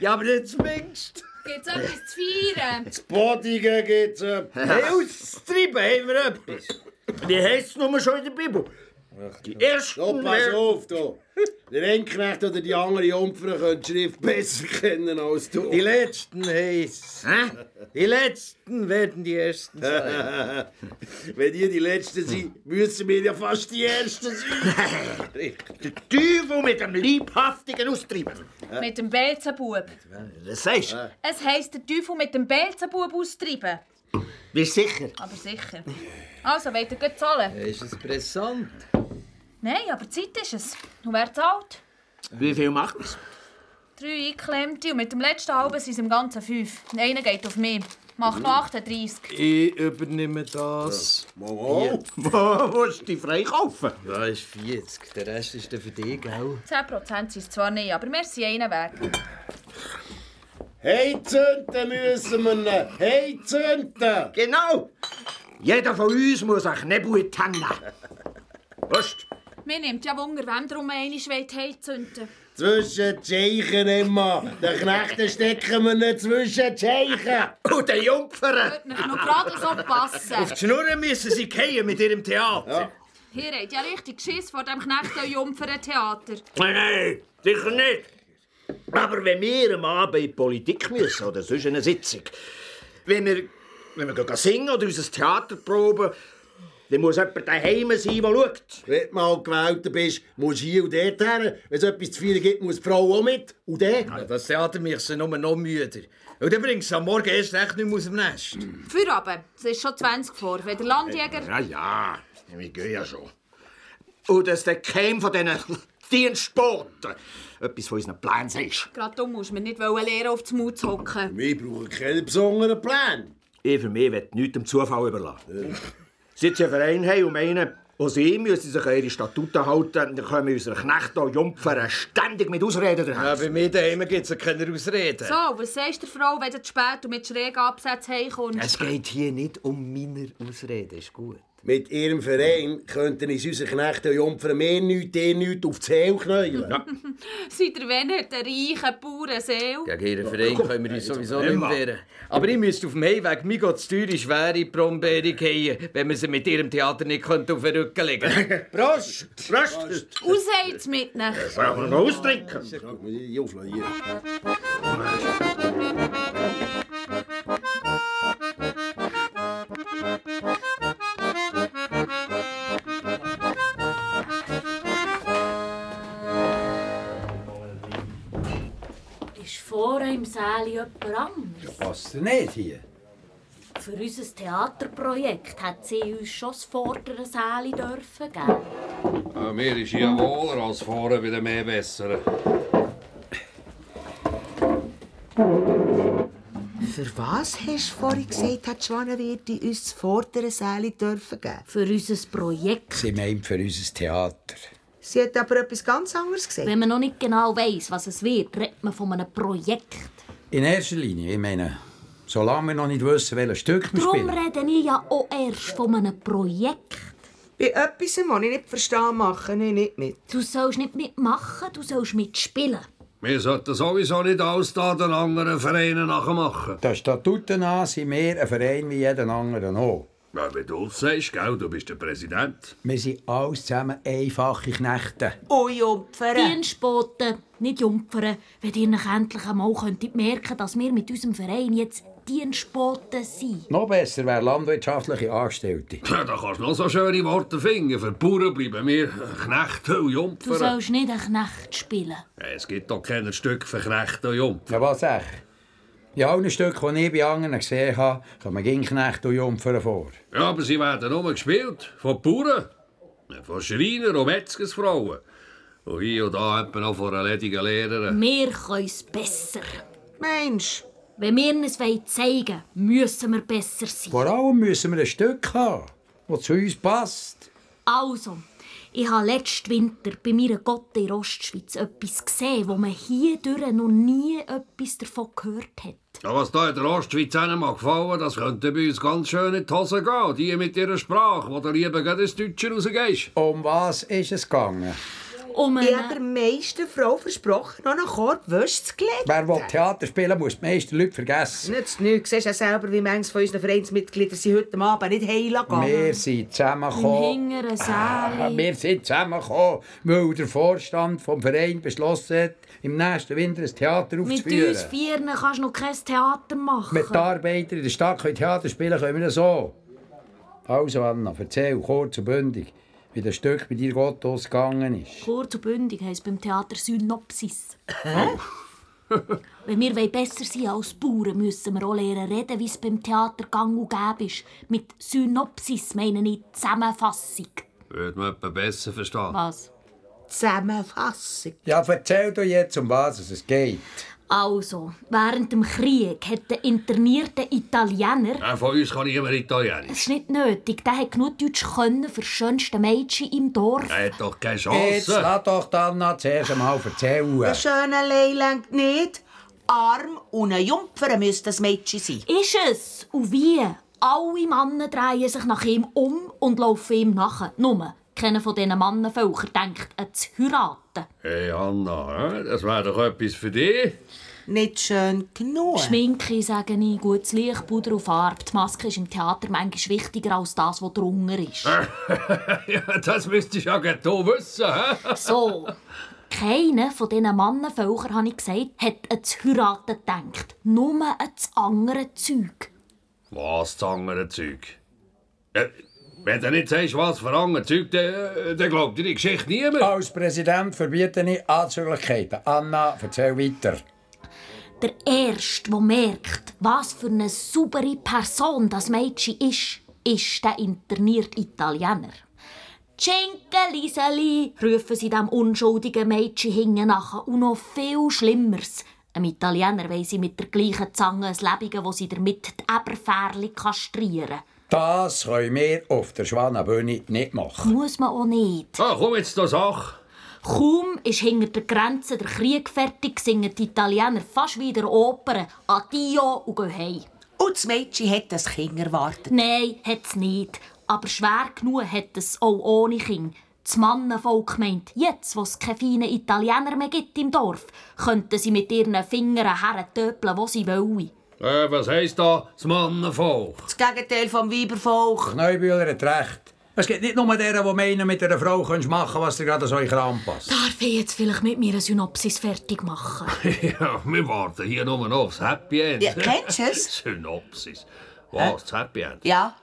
Ja, aber nicht zumindest. Gibt's etwas zu feiern? Zu Bodigen geht's äh, ab. Hey, auszutreiben haben wir etwas. Wie heisst es nur schon in der Bibel? Die ersten... So, pass auf, du. Der Enknecht oder die andere Jungfrau können die Schrift besser kennen als du. Die Letzten heißt Hä? Die Letzten werden die Ersten sein. Wenn ihr die Letzten sind, müssen wir ja fast die Ersten sein. Der Teufel mit dem Liebhaftigen austreiben. Äh, Mit dem Belzebub. Das sagst du? Es heisst, der Teufel mit dem Belzebub austreiben. Bist du sicher? Aber sicher. Also, wollt ihr gut zahlen? Ist es pressant? Nein, aber Zeit ist es. Und wer zahlt? Wie viel macht es? Drei eingeklemmte und mit dem letzten halben sind es im Ganzen fünf. Einer geht auf mich. Macht noch 38. Ich übernehme das. Mal Wo willst du dich freikaufen? Da ist 40. Der Rest ist dann für dich, gell? 10% sind es zwar nicht, aber wir sind einen Weg. Hey, zünden müssen wir ihn. Hey, zünden. Genau. Jeder von uns muss einen Knebel in die Hände. Weißt du? Mir nimmt ja Wunder, wem darum einmal wollt heimzünden Zwischen die Scheichen immer. Den Knechten stecken wir nicht zwischen die Scheichen. Und den Jungfern. Wird nicht noch gerade so passen. Die Schnurren müssen sie gehen mit ihrem Theater. Hier habt ja richtig Geschiss vor dem Knechten-Jumpfern-Theater. Nein, nein, sicher nicht. Aber wenn wir am Abend in die Politik müssen oder sonst eine Sitzung, wenn wir, wenn wir gehen singen oder unser Theater proben, dann muss jemand daheim sein, der schaut. Wenn du mal gewählt bist, musst du hier und dort her. Wenn es etwas zu feiern gibt, muss die Frau auch mit. Und der? Das Nou, Theater macht sie nur noch müder. Und dann bringst du am Morgen erst recht nicht mehr aus dem Nest. Für aber, es ist schon 20 vor. Wenn der Landjäger. Ja, ja, wir gehen ja schon. Und dass der Keim von diesen Dienstboten etwas von unseren Plänen ist. Gerade du musst mir nicht wollen lernen, auf den Mund zu hocken. Wir brauchen keinen besonderen Plan. Ich für mich will nichts dem Zufall überlassen. Sitzt ein Verein haben und meinen, auch sie müssen sich an ihre Statuten halten, dann können wir unsere Knechte und Jumpfer ständig mit Ausreden Ja, daheim. bei mir daheim gibt es keine Ausreden. So, was sagst du der Frau, wenn du zu spät und mit schrägen Absätzen heimkommst? Es geht hier nicht um meine Ausreden, ist gut. Mit ihrem Verein könnten uns unsere Knechte und Jumpfer mehr nichts, dir nichts auf die Seele knäulen. Seid ihr wenn nicht der reichen Bauernseele? Gegen ihren Verein können wir uns sowieso nicht mehr wehren. Aber ich müsste auf dem Heimweg mir Gott zu teure, schwere Brombeere gehen, wenn wir sie mit ihrem Theater nicht könnte auf den Rücken legen könnten. Prost! Prost! Ausseid's mit euch! Das wollen wir noch austrinken. Schau mal, hier auflassen, hier. Ist vorne im Saal jemand anderes? Passt er nicht hier? Für unser Theaterprojekt hat sie uns schon das vordere Saal dürfen gell? Ja, mir ist hier wohler als vorher bei dem mehr besseren. Für was hast du vorhin gesagt, hat Schwanenwirte uns das vordere Säle dürfen geben? Für unser Projekt. Sie meint für unser Theater. Sie hat aber etwas ganz anderes gesagt. Wenn man noch nicht genau weiß, was es wird, redet man von einem Projekt. In erster Linie, ich meine, solange wir noch nicht wissen, welches Stück wir Darum spielen. rede ich ja auch erst von einem Projekt. Bei etwas, das ich nicht verstehe, mache ich nicht mit. Du sollst nicht mitmachen, du sollst mitspielen. Wir sollten sowieso nicht alles da den anderen Vereinen nachmachen. Der Statuten an sind wir ein Verein wie jeden anderen auch. Ja, wenn du es sagst, gell, du bist der Präsident. Wir sind alles zusammen einfache Knechte. Oh, Jumpfer! Dienstboten, nicht Jumpfern. Wenn ihr euch endlich einmal könntet merken, dass wir mit unserem Verein jetzt Dienstboten sind. Noch besser wäre landwirtschaftliche Angestellte. Ja, da kannst du noch so schöne Worte finden. Für die Bauern bleiben wir Knechte und Du Jumpfer. sollst nicht einen Knecht spielen. Es gibt doch kein Stück für Knechte und Jumpfer. Ja, was echt? In allen Stücken, die ich bei anderen gesehen habe, kommen gegen Knechte und Jumpfer vor. Ja, aber sie werden nur gespielt. Von Bauern, von Schreiner und Metzgersfrauen. Und hier und da etwa noch von einer ledigen Lehrerin. Wir können es besser. Mensch, Wenn wir es wollen zeigen müssen wir besser sein. Vor allem müssen wir ein Stück haben, das zu uns passt. Also, ich habe letzten Winter bei meiner Gotte in Ostschweiz etwas gesehen, wo man hier noch nie etwas davon gehört hat. Ja, was da in der Ostschweiz einem mal gefallen, das könnte bei uns ganz schön in die Hose gehen. Die mit ihrer Sprache, wo du lieber gerade ins Deutsche rausgehst. Um was ist es gegangen? um Ich habe einen... der meisten Frau versprochen, noch einen Korb Wäsche zu glätten. Wer will Theater spielen, muss die meisten Leute vergessen. Nicht nichts. Siehst ja selber, wie manches von unseren Vereinsmitgliedern sind heute Abend nicht heimgegangen. Wir sind im zusammengekommen. hinteren Ah, Säle. Wir sind zusammengekommen, weil der Vorstand vom Verein beschlossen hat, im nächsten Winter ein Theater Mit aufzuführen. uns Vieren kannst du noch kein Theater machen. Mit den Arbeitern in der Stadt können Theater spielen können wir so. Also Anna, erzähl kurz und bündig, wie das Stück bei dir Gott ausgegangen ist. Kurz und bündig heisst beim Theater Synopsis. Wenn wir wollen besser sein als Bauern, müssen wir auch lernen reden, wie es beim Theater gang und gäbe ist. Mit Synopsis meine ich Zusammenfassung. Würde man etwa besser Ah. verstehen. Was? Zusammenfassung. Ja, erzähl doch jetzt, um was es geht. Also, während dem Krieg hat der internierte Italiener... Äh, von uns kann niemand Italienisch. Das ist nicht nötig, der hat genug Deutsch können für das schönste Mädchen im Dorf. Er hat doch keine Jetzt Chance. lass doch die Anna zuerst einmal erzählen. Ein schöner Leiland nicht. Arm und ein Jumpfer müsste das Mädchen sein. Ist es? Und wie? Alle Männer drehen sich nach ihm um und laufen ihm nach. Nur, keiner von diesen Mannenvölkern denkt, ihn zu heiraten. Hey Anna, hä? das wäre doch etwas für dich. Nicht schön genug. Schminke, sage ich, gutes Licht, Puder und Farbe. Die Maske ist im Theater manchmal wichtiger als das, was drunter ist. ja, das müsstest du ja genau wissen. hä? So. Keiner von diesen Mannenvölkern, habe ich gesagt, hat an zu heiraten gedacht. Nur an das andere Zeug. Was das andere Zeug? Äh, wenn du nicht sagst, was für andere Zeug, dann, äh, dann glaubt dir die Geschichte niemand. Als Präsident verbiete ich Anzüglichkeiten. Anna, erzähl weiter. Der Erste, der merkt, was für eine saubere Person das Mädchen ist, ist der internierte Italiener. Cinque Liseli, rufen sie dem unschuldigen Mädchen hinten nach. Und noch viel Schlimmeres. Einem Italiener wollen sie mit der gleichen Zange ein Leben, wo sie damit die Eberfärli kastrieren. Das können wir auf der Schwanenbühne nicht machen. Muss man auch nicht. Ah, komm jetzt zur Sache. Kaum ist hinter der Grenze der Krieg fertig, singen die Italiener fast wieder Opern. Addio und gehen heim. Und das Mädchen hat das Kind erwartet. Nein, hat's nicht. Aber schwer genug hat es auch ohne Kind. Das Mannenvolk meint, jetzt, wo es keine feinen Italiener mehr gibt im Dorf, könnten sie mit ihren Fingern hertöpeln, wo sie wollen. Äh, was heisst da, das Mannenvolk? Das Gegenteil vom Weibervolk. Neubühler hat recht. Es gibt nicht nur deren, die meinen, mit einer Frau könntest machen, was dir gerade so in den Kram passt. Darf ich jetzt vielleicht mit mir eine Synopsis fertig machen? ja, wir warten hier nur noch aufs Happy End. Ja, kennst du es? Synopsis. Was, das Happy End? Ja.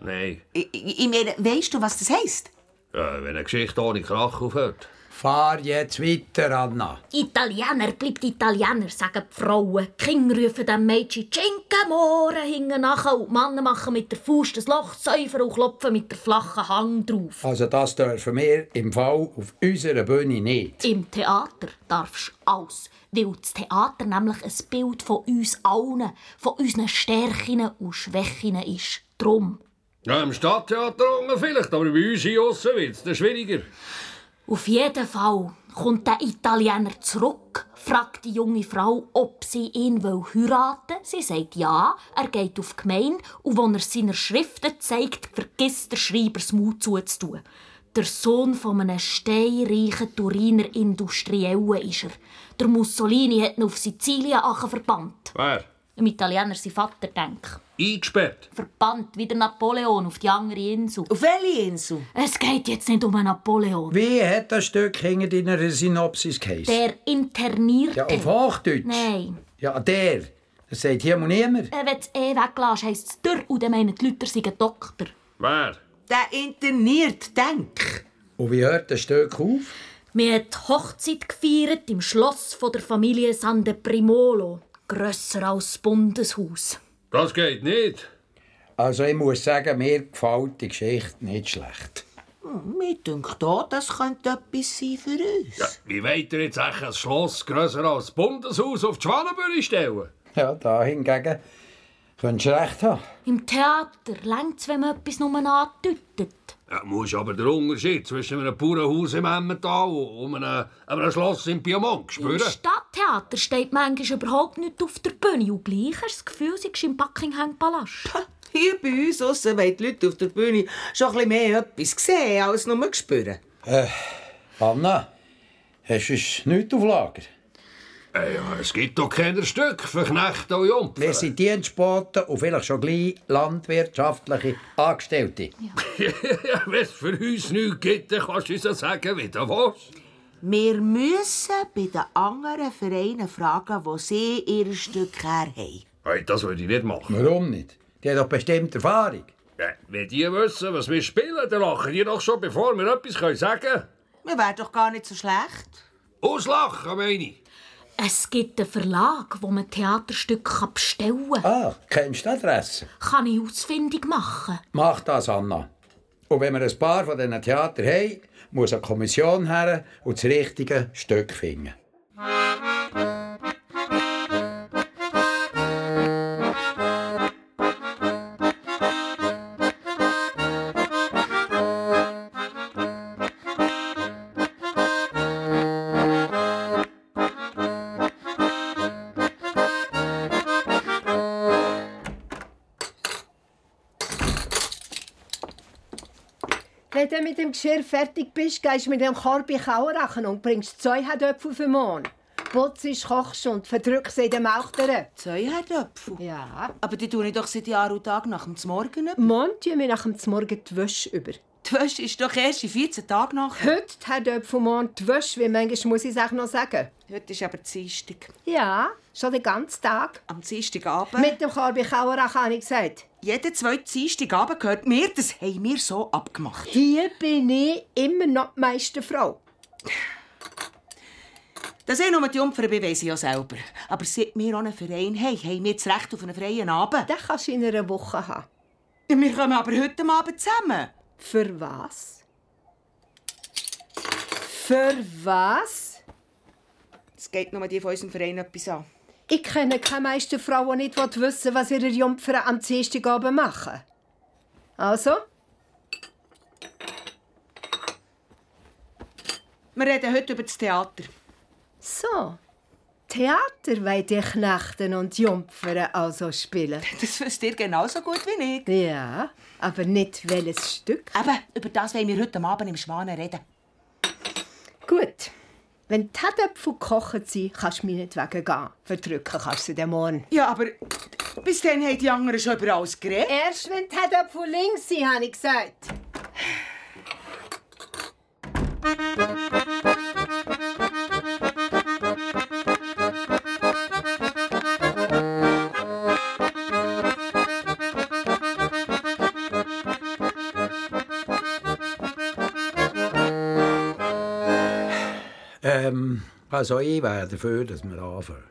Nein, Ich, ich ich meine, weißt du, was das heisst? äh, wenn eine Geschichte ohne Krach aufhört. Fahr jetzt weiter, Anna. Italiener bleibt Italiener, sagen die Frauen. Die Kinder rufen dem Mädchen «Cinque More» hinten nach und die Männer machen mit der Faust ein Loch, säufern und klopfen mit der flachen Hang drauf. Also das dürfen wir im Fall auf unserer Bühne nicht. Im Theater darfst du alles, weil das Theater nämlich ein Bild von uns allen, von unseren Stärken und Schwächen ist. Drum. Ja, im Stadttheater unten vielleicht, aber bei uns hier aussen wird es schwieriger. Auf jeden Fall kommt der Italiener zurück, fragt die junge Frau, ob sie ihn will heiraten Sie sagt ja, er geht auf die Gemeinde und wenn er seiner Schriften zeigt, vergisst der Schreiber das Maul zuzutun. Der Sohn von einem steinreichen Turiner Industriellen ist er. Der Mussolini hat ihn auf Sizilien ache verbannt. Wer? Im Italiener sein Vater denkt. Eingesperrt. Verbannt wie der Napoleon auf die andere Insel. Auf welche Insel? Es geht jetzt nicht um einen Napoleon. Wie hat das Stück hinter deiner Synopsis geheißen? Der internierte. Ja, auf Hochdeutsch. Nein. Ja, der. Das sagt hier mal niemand. Äh, Wenn du es eh weglässt, heisst es «dürr» und dann meinen die Leute, er sei ein Doktor. Wer? Der interniert, denk. Und wie hört das Stück auf? Wir haben die Hochzeit gefeiert im Schloss von der Familie Sande Primolo. Grösser als das Bundeshaus. Das geht nicht. Also ich muss sagen, mir gefällt die Geschichte nicht schlecht. Hm, Mir denkt auch, das könnte etwas sein für uns. Ja, wie wollt ihr jetzt eigentlich ein Schloss grösser als das Bundeshaus auf die Schwanenbühne stellen? Ja, da hingegen könntest du recht haben. Im Theater längt es, wenn man etwas nur andeutet. Ja, musst aber den Unterschied zwischen einem Bauernhaus im Emmental und einem, einem Schloss im Piemont Im spüren. Stadttheater steht manchmal überhaupt nicht auf der Bühne und gleich hast du das Gefühl, sie ist im Buckingham-Palast. Hier bei uns aussen wollen die Leute auf der Bühne schon ein bisschen mehr etwas sehen als nur spüren. Äh, Anna, Hast du sonst nichts auf Lager? Äh, ja, es gibt doch kein Stück für Knechte und Jump. Wir sind Dienstboten und vielleicht schon gleich landwirtschaftliche Angestellte. Wenn es für uns nichts gibt, dann kannst du uns ja sagen, wie du willst. Wir müssen bei den anderen Vereinen fragen, wo sie ihre Stück her haben. Hey, das würde ich nicht machen. Warum nicht? Die haben doch bestimmt Erfahrung. Ja, wenn die wissen, was wir spielen, dann lachen die doch schon, bevor wir etwas können sagen können. Wir wären doch gar nicht so schlecht. Auslachen, meine ich. Es gibt einen Verlag, wo man Theaterstücke bestellen kann. Ah, kennst du die Adresse? Kann ich ausfindig machen? Mach das, Anna. Und wenn wir ein paar von diesen Theater haben, muss eine Kommission her und das richtige Stück finden. Wenn du mit dem Geschirr fertig bist, gehst du mit dem Korb in den Kauerrachen und bringst zwei Herdöpfel für morgen. Putzt, kochst und verdrückst sie in den Melchteren. Zwei Herdöpfel. Ja. Aber die tue ich doch seit Jahr und Tag nach dem Morgen. Morgen tun wir nach dem Morgen die Wäsche über. Die Wäsche ist doch erst in 14 Tagen nach. Heute die Herdöpfel, morgen die Wäsche, wie manchmal muss ich es auch noch sagen. Heute ist aber Dienstag. Ja, schon den ganzen Tag. Am Dienstagabend. Mit dem Korb in den Kauerrachen, habe ich gesagt. jeden zweiten Dienstagabend gehört mir. Das haben wir so abgemacht. Hier bin ich immer noch die meiste Frau. Dass ich nur die Jungfer bin, weiss ich ja selber. Aber seit wir auch einen Verein haben, haben wir das Recht auf einen freien Abend. Den kannst du in einer Woche haben. Wir kommen aber heute Abend zusammen. Für was? Für was? Es geht nur die von unserem Verein etwas an. Ich kenne keine meisten Frauen, die nicht wissen, was ihre Jungfern am Dienstagabend machen. Also, Wir reden heute über das Theater. so. Theater wollen die Knechten und Jungfern also spielen. Das wisst ihr genauso gut wie ich. Ja, aber nicht welches Stück. Aber über das wollen wir heute Abend im Schwanen reden. Gut. Wenn die Herdöpfel gekocht sind, kannst du meinetwegen gehen. Verdrücken kannst du sie dann morgen. Ja, aber bis dann haben die anderen schon über alles geredet. Erst wenn die Herdöpfel links sind, habe ich gesagt. Ähm, also ich wäre dafür, dass wir anfangen.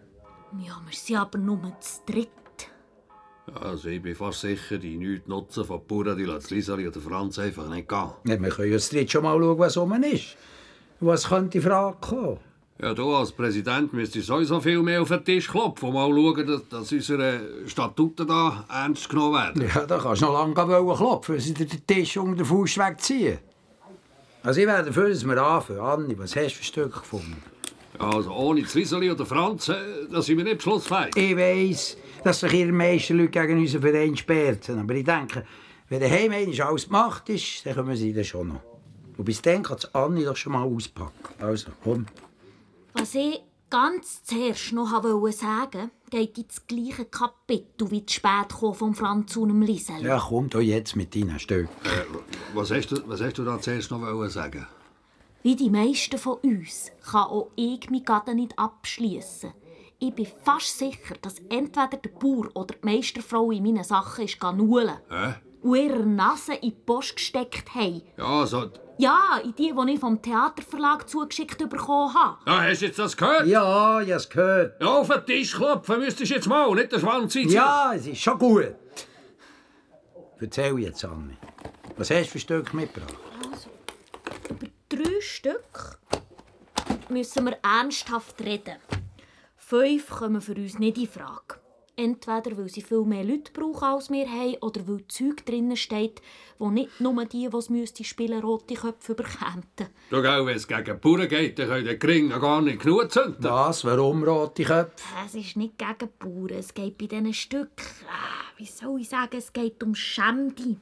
Ja, wir sind aber nur zu dritt. Also ich bin fast sicher, die nichts nutzen von Pura, die lässt Lisali oder Franz einfach nicht gehen. Ja, wir können ja jetzt schon mal schauen, was rum ist. Was könnte in Frage kommen? Ja, du als Präsident müsstest sowieso viel mehr auf den Tisch klopfen und mal schauen, dass, dass unsere Statuten da ernst genommen werden. Ja, da kannst du noch lange wollen klopfen, wenn sie dir den Tisch unter den Fuß wegziehen. Also ich wäre dafür, dass wir anfangen. Anni, was hast du für Stück gefunden? Also ohne das Liseli oder Franz, äh, da sind wir nicht beschlussfähig. Ich weiss, dass sich hier die meisten Leute gegen unseren Verein sperren. Aber ich denke, wenn daheim einmal alles gemacht ist, dann kommen sie dann schon noch. Und bis dann kann es Anni doch schon mal auspacken. Also, komm. Was ich ganz zuerst noch wollte sagen, geht ins gleiche Kapitel wie das Spätkommen von Franz und dem Liesel. Ja, komm doch jetzt mit deinen Stück. Was hast du, was hast du da zuerst noch wollen sagen? Wie die meisten von uns kann auch ich meinen Garten nicht abschließen. Ich bin fast sicher, dass entweder der Bauer oder die Meisterfrau in meinen Sachen ist nulen Hä? und ihre Nase in die Post gesteckt haben. Ja, also, so... Ja, in die, die ich vom Theaterverlag zugeschickt bekommen habe. Ja, hast du jetzt das gehört? Ja, ich habe es gehört. Ja, auf den Tisch klopfen müsstest du jetzt mal, nicht den Schwanz einziehen. Ja, es ist schon gut. Erzähl jetzt, Anni. Was hast du für Stück mitgebracht? drei Stück müssen wir ernsthaft reden. Fünf kommen für uns nicht in Frage. Entweder weil sie viel mehr Leute brauchen als wir haben oder weil Zeug drinnen steht, wo nicht nur die, die es müsste spielen, rote Köpfe bekämen. Du, gell, wenn es gegen Bauern geht, dann können die Kringen gar nicht genug zünden. Das, warum rote Köpfe? Es ist nicht gegen die Bauern, es geht bei diesen Stück. Ah, wie soll ich sagen, es geht um Schämdi.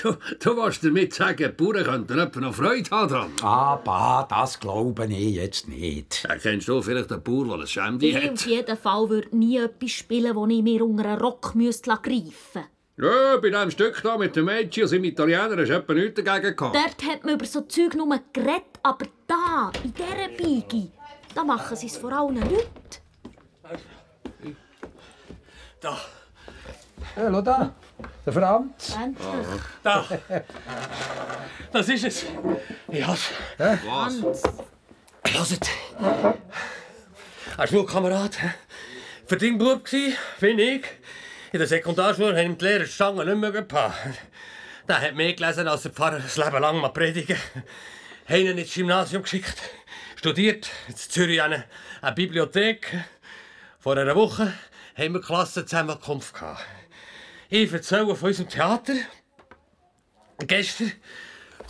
Du, du willst damit sagen, die Bauern könnten etwa noch Freude haben dran. Ah, Aber das glaube ich jetzt nicht. Ja, kennst du vielleicht einen Bauer, der eine Schämdi Ich auf hat? jeden Fall würde nie etwas spielen, wo ich mir unter einen Rock müsste greifen müsste. Ja, bei diesem Stück da mit dem Mädchen und seinem Italiener hast du etwa nichts dagegen gehabt. Dort hat man über so Zeug nur geredet, aber da, in dieser Biege, da machen sie es vor allen Leuten. Da, Hallo da, der Franz. Endlich. da. Das ist es. Ich has. Was? Hört. Ein Schulkamerad. hä? Für den Bub gsi, bin ich. In der Sekundarschule haben ihm die Lehrer die Stangen nicht mehr gepackt. Der hat mehr gelesen, als der Pfarrer das Leben lang mal predigen. Haben ihn ins Gymnasium geschickt. Studiert, in Zürich eine, eine Bibliothek. Vor einer Woche haben wir Klassenzusammenkunft gehabt. Ich erzähle von unserem Theater. Gestern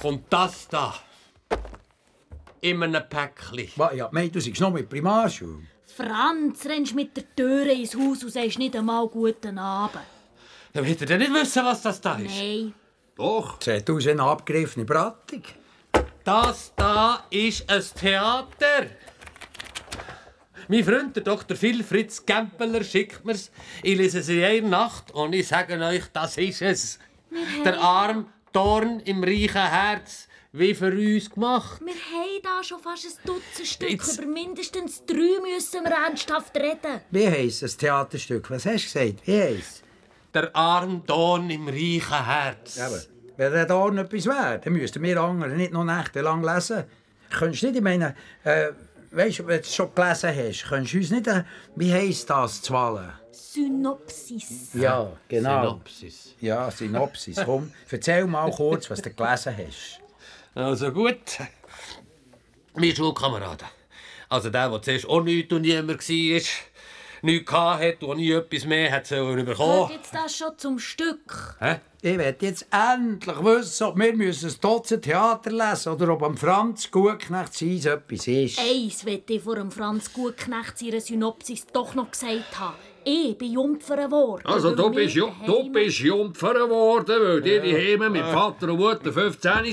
kommt das da. In einem Päckchen. Was, ja, meint, du seist noch mit Primarschule? Franz, rennst mit der Tür ins Haus und sagst nicht einmal guten Abend. Dann wollt ihr denn nicht wissen, was das Ah, da ist. Nein. Doch. Sieht aus wie eine abgegriffene Brattung. Das da ist ein Theater. Mein Freund, der Dr. Phil Fritz Gempeler, schickt mir's. Ich lese es in einer Nacht und ich sage euch, das ist es. Der arm Dorn im reichen Herz, wie für uns gemacht. Wir haben da schon fast ein Dutzend Stück. Jetzt- Über mindestens drei müssen wir ernsthaft reden. Wie heisst das Theaterstück? Was hast du gesagt? Wie heisst Der arm Dorn im reichen Herz. es? Wenn der Dorn etwas wäre, dann müssten wir anderen nicht noch nächtelang lesen. Könntest du nicht, ich meine, äh, weißt du, wenn du es schon gelesen hast, könntest du uns nicht, äh, wie heisst das, Zwallen? Synopsis. Ja, genau. Synopsis. Ja, Synopsis. Komm, erzähl mal kurz, was du gelesen hast. Also gut. Mein Schulkameraden. Also der, der zuerst auch nichts und niemand war, nichts hatte und nie etwas mehr hat sollen Hört bekommen. jetzt das schon zum Stück? Hä? Ich will jetzt endlich wissen, ob wir müssen ein Dutzend Theater lesen oder ob am Franz Gutknecht sein etwas ist. Eins will ich vor dem Franz Gutknecht seiner Synopsis doch noch gesagt haben. Ich bin Jumpfer geworden. Also, weil du wir bist, ju- du daheim- bist Jumpfer geworden, weil die daheim Ah. mit Vater und Mutter 15 waren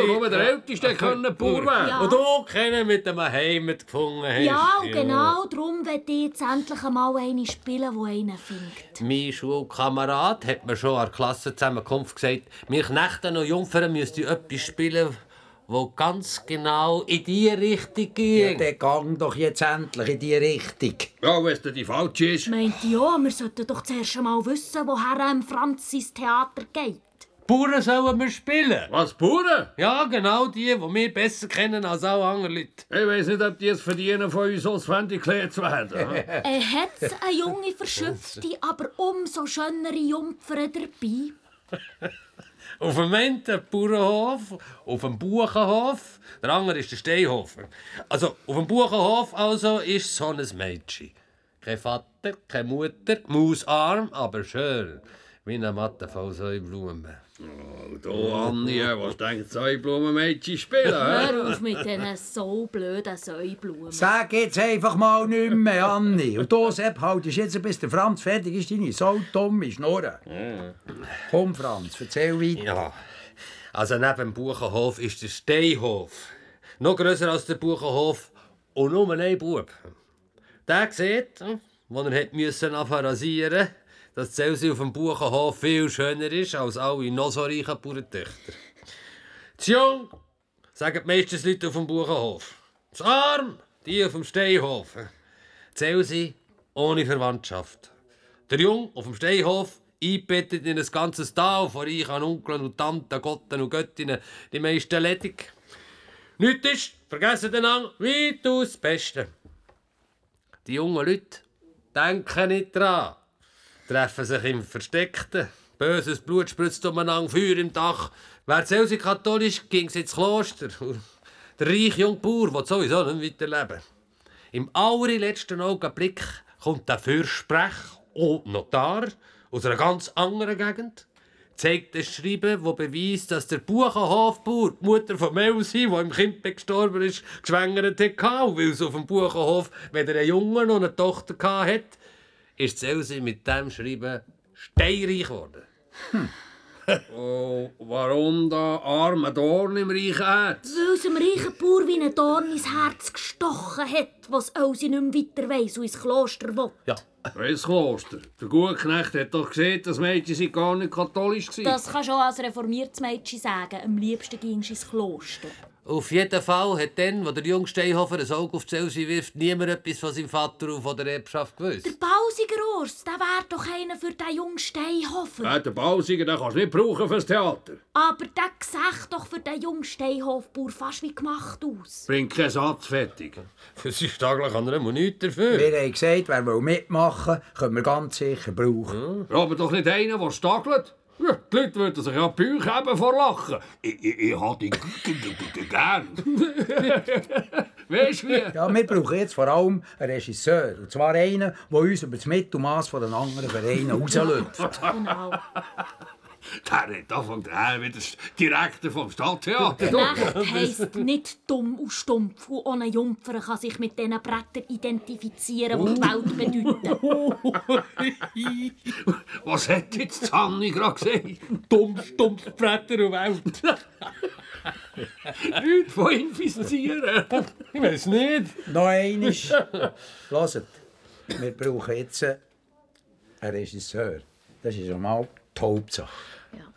und nur der Älteste können Bauer werden. Ja. Und du kennen mit dem Heimat gefunden hast. Ja, und genau darum will ich jetzt endlich einmal eine spielen, die einen findet. Mein Schulkamerad hat mir schon an der Klassenzusammenkunft gesagt, wir Knechten und Jungfern müssten etwas spielen, wo ganz genau in die Richtung Ja, ging. dann gang doch jetzt endlich in die Richtung. Ja, wenn es dir die falsche ist. Meint ja, wir sollten doch zuerst einmal wissen, woher ähm Franz sein Theater geht. Bauern sollen wir spielen. Was, Bauern? Ja, genau die, die wir besser kennen als alle anderen Leute. Ich weiss nicht, ob die es verdienen, von uns auswendig gelehrt zu werden. Er hat eine junge, verschüpfte, aber umso schönere Jumpfer dabei. Auf dem einen der Bauernhof, auf dem Buchenhof, der andere ist der Steinhofer. Also, auf dem Buchenhof also ist so ein Mädchen. Kein Vater, keine Mutter, mausarm, aber schön. Wie eine Matte voll Säublumen. Und du, Anni, Oh, was denkt zwei Blumenmädchen spielen? hä? Hör auf mit diesen so blöden Säublumen. Sag jetzt einfach mal nicht mehr, Anni. Und du, Sepp, haltest jetzt, bis der Franz fertig ist, deine so dumme Schnurren. Komm, Franz, erzähl weiter. Ja, also neben dem Buchenhof ist der Steinhof. Noch grösser als der Buchenhof und nur ein Bub. Der sieht, hm, wo er hat müssen anfangen zu rasieren, dass die Elsie auf dem Buchenhof viel schöner ist als alle noch so reichen Bauerntöchter. Zu jung, sagen die meisten Leute auf dem Buchenhof. Zu arm, die auf dem Steinhof. Die Elsie ohne Verwandtschaft. Der Jung auf dem Steinhof, eingebettet in ein ganzes Tal von reichen Onkeln und Tanten, Gotten und Göttinnen, die meisten ledig. Nichts ist, vergessen den Ang, weit aus das Beste. Die jungen Leute denken nicht dran, treffen sich im Versteckten. Böses Blut spritzt umeinander, Feuer im Dach. Wer selbst katholisch, ging ins Kloster. Der reiche junge Bauer will sowieso nicht weiterleben. Im allerletzten Augenblick kommt der Fürsprech und Notar aus einer ganz anderen Gegend, zeigt ein Schreiben, das beweist, dass der Buchenhofbauer, die Mutter von Melsi, die im Kind gestorben ist, geschwängert hat, Und weil es auf dem Buchenhof weder einen Jungen noch eine Tochter hatte, ist Elsie mit dem Schreiben steinreich geworden. oh, warum da arme Dorn im reichen Erz? Weil es dem reichen Bauer wie ein Dorn ins Herz gestochen hat, was Elsie nicht mehr weiter weiss und ins Kloster will. Ja. Welches Kloster? Der Gutknecht hat doch gesehen, dass Mädchen sind gar nicht katholisch waren. Das kannst du auch als reformiertes Mädchen sagen. Am liebsten gingst du ins Kloster. Auf jeden Fall hat dann, wo der junge Steinhofer ein Auge auf die Elsie wirft, niemand etwas von seinem Vater und von der Erbschaft gewusst. Pausiger Urs, der wär doch einer für den jungen Steinhofer. Ja, den Balsiger den kannst du nicht brauchen fürs Theater. Aber der sieht doch für den jungen Steinhofbauer fast wie gemacht aus. Bringt keinen Satz fertig. Das ist taglich an einem nichts dafür. Wir haben gesagt, wer will mitmachen will, können wir ganz sicher brauchen. Ja, aber doch nicht einer, der stachelt. Ja, die Leute würden sich ja die Bäuche haben vor Lachen. Ich, ich, ich habe dich gern. weißt du wie? Ja, wir brauchen jetzt vor allem einen Regisseur. Und zwar einen, der uns über das Mittelmaß von den anderen Vereinen rauslöpft. Der hat davon der wieder direkt vom Stadttheater. Knecht heisst nicht dumm und stumpf und ohne Jumpfer kann sich mit diesen Brettern identifizieren, die die Welt bedeuten. Was hat jetzt Sanni gerade gesagt? Dumm, stumpf, Bretter und Welt. Leute von Infizieren. Ich weiß nicht. Noch einmal. Hört, wir brauchen jetzt äh, einen Regisseur. Das ist normal die Hauptsache.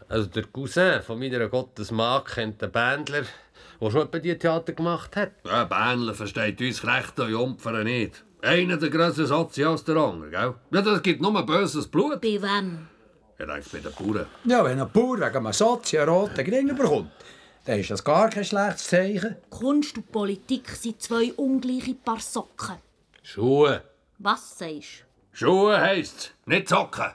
Also der Cousin von meiner Gottesmagd kennt den Bändler, der schon etwa die Theater gemacht hat. Ja, Bähnle versteht uns rechte Jumpfer nicht. Einer der grössten Satz als der andere, gell? Ja, das gibt nur böses Blut. Bei wem? Er denkt bei den Bauern. Ja, wenn ein Bauer wegen einem Satz einen roten Gring bekommt, dann ist das gar kein schlechtes Zeichen. Kunst und Politik sind zwei ungleiche Paar Socken. Schuhe. Was sagst Schuhe heisst's, nicht Socken.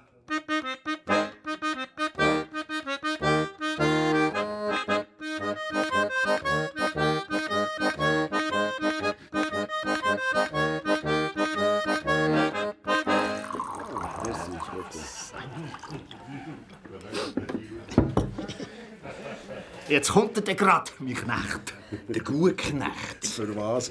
Jetzt kommt er denn gerade, mein Knecht. Der gute Knecht. Für was?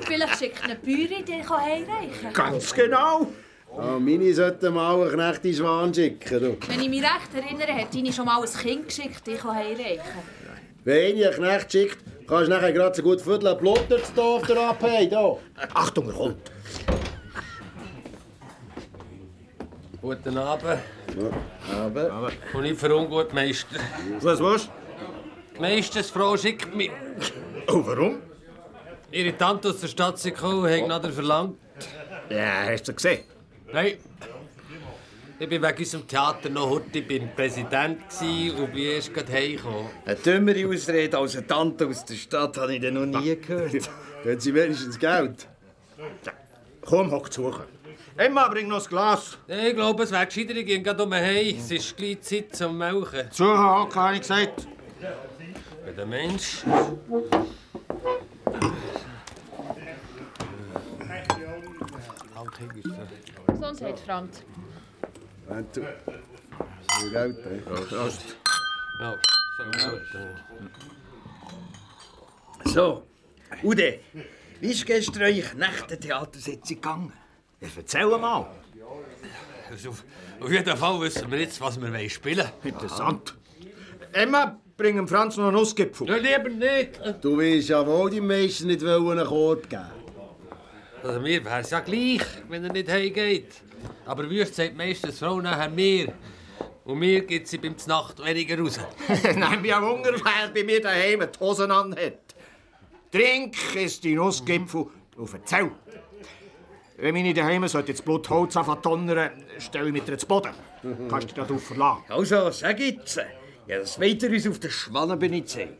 Vielleicht schickt eine Bäuerin dich heimreichen. Ganz genau. Ja, meine sollten mal einen Knecht in Schwan schicken. Du. Wenn ich mich recht erinnere, hat Dini schon mal ein Kind geschickt, dich heimreichen. Wenn ihr einen Knecht schickt, kannst du nachher gerade so gut viertel Plotter zu Dorf der abhauen. da. Achtung, er kommt. Guten Abend. Aber Und nicht für ungut, Meister. Was was? Die Meistersfrau schickt mir. Oh, warum? Ihre Tante aus der Stadt Sikau hat nachher verlangt. Ja, hast du gesehen? Nein. Ich war wegen unserem Theater noch heute beim Präsident gsi und bin erst gerade heimgekommen. Eine dümmere Ausrede als eine Tante aus der Stadt habe ich dann noch nie gehört. Dann sie wenigstens Geld. Komm, hock zu. suchen. Emma, bring noch ein Glas. Ich glaube, es wäre gescheiter, ich gehe gerade um heim. Es ist gleich Zeit zum Melken. Zu hocken, habe ich gesagt. Bei den Mensch. Sonst hat Franz. Wenn du... So Geld hast. Ja, so gut. So, Ude, wie ist gestern eure Nächtentheatersitzung gegangen? Ja, Erzähl mal. Also, auf- auf jeden Fall wissen wir jetzt, was wir wollen spielen Interessant. Emma, bring dem Franz noch einen Nussgipfel. wollen. Ja, lieber nicht. Du willst ja wohl die meisten nicht wollen einen Korb geben. Also, mir wäre es ja gleich, wenn er nicht heimgeht. Aber Wüst sagt meistens Frau nachher mir. Und mir gibt sie beim Znacht weniger raus. Nein, wir haben Hunger, wer bei mir daheim die Hosen anhat. Trink ist die Nussgipfel und erzähl. Wenn meine daheim sollte jetzt Blut Holz anfangen zu donnern, stelle ich mich dir zu Boden. Kannst du dich darauf verlassen. Also, sag jetzt. Ja, das weiter uns auf der Schwanne bin ich zeigen.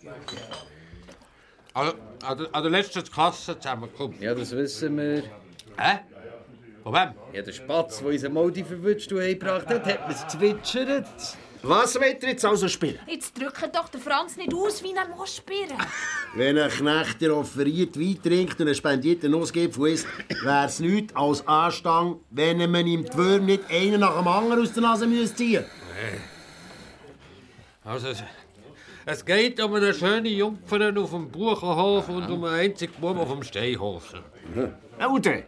Also, an der, an der letzten Klasse zusammengekommen. Ja, das wissen wir. Hä? Von wem? Ja, der Spatz, der unseren Moldi verwünscht und heimgebracht hat, hat mir's zwitschert. Was wollt ihr jetzt also spielen? Jetzt drückt doch der Franz nicht aus, wie er muss spüren. Wenn ein Knecht dir offeriert, Wein trinkt und einen spendierten Nussgipfel isst, wär's nichts als Anstang, wenn man ihm die Würm nicht einen nach dem anderen aus der Nase müsste ziehen Also, es, es geht um eine schöne Jungfer auf dem Buchenhof und um einen einzigen Bub auf dem Steinhof. Aude, Äh,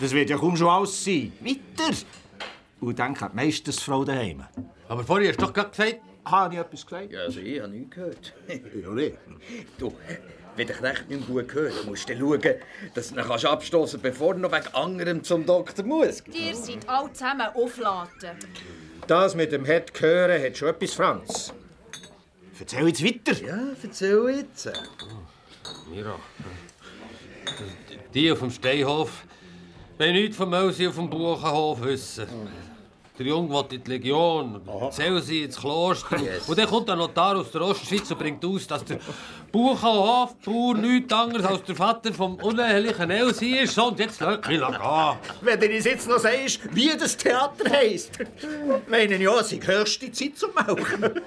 das wird ja kaum schon alles sein. Weiter! Und dann hat die Meistersfrau daheim. Aber vorher hast du doch gerade gesagt, Habe ich etwas gesagt? Ja, also ich habe nichts gehört. Ja, nicht. Du, wenn dich recht nicht mehr gut hören, musst du dann schauen, dass du ihn kannst abstoßen bevor du noch wegen anderem zum Doktor musst. Ihr seid alle zusammen aufladen. Das mit dem Head gehören hat schon etwas, Franz. Erzähl jetzt weiter. Ja, erzähl jetzt. Mira. Die auf dem Steinhof wollen nichts von Mausi auf dem Buchenhof wissen. Der Junge will in die Legion, zählen sie ins Kloster. Und dann kommt der Notar aus der Ostschweiz und bringt aus, dass der Buchenhofbauer nichts anderes als der Vater vom unehelichen Elsie ist. So, Und jetzt lass mich gehen. Wenn du uns jetzt noch sagst, wie das Theater heisst. Meine ja, sie gehörst die Zeit zum Mauchen.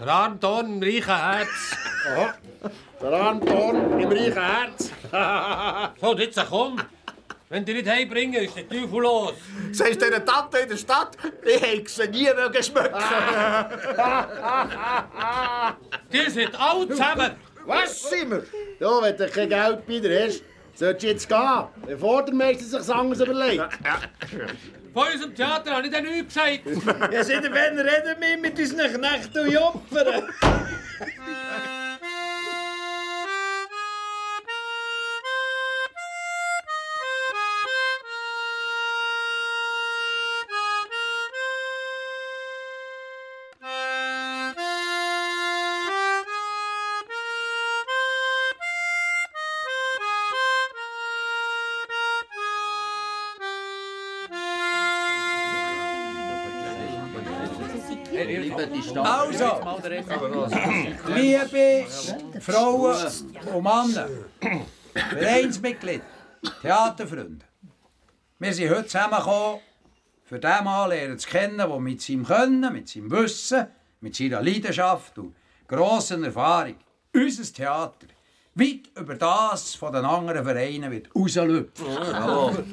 Der Anton im reichen Herz. Der Anton im reichen Herz. so, und jetzt komm. Wenn die nicht heimbringen, ist der Teufel los. Sagst du der Tante in der Stadt, ich hätte sie nie mögen schmecken. Die sind alle zusammen. Was sind wir? Ja, wenn du kein Geld bei dir hast, solltest du jetzt gehen, bevor der Meister sich das anderes überlegt. Von unserem Theater habe ich dir nichts gesagt. Ja, seit wann reden wir mit unseren Knechten und Jopfern? Also, liebe Frauen und Männer, Vereinsmitglied, Theaterfreunde, wir sind heute zusammengekommen, für den Mann lernen zu kennen, der mit seinem Können, mit seinem Wissen, mit seiner Leidenschaft und grossen Erfahrung unser Theater weit über das von den anderen Vereinen wird rauslüpfen. Jawohl.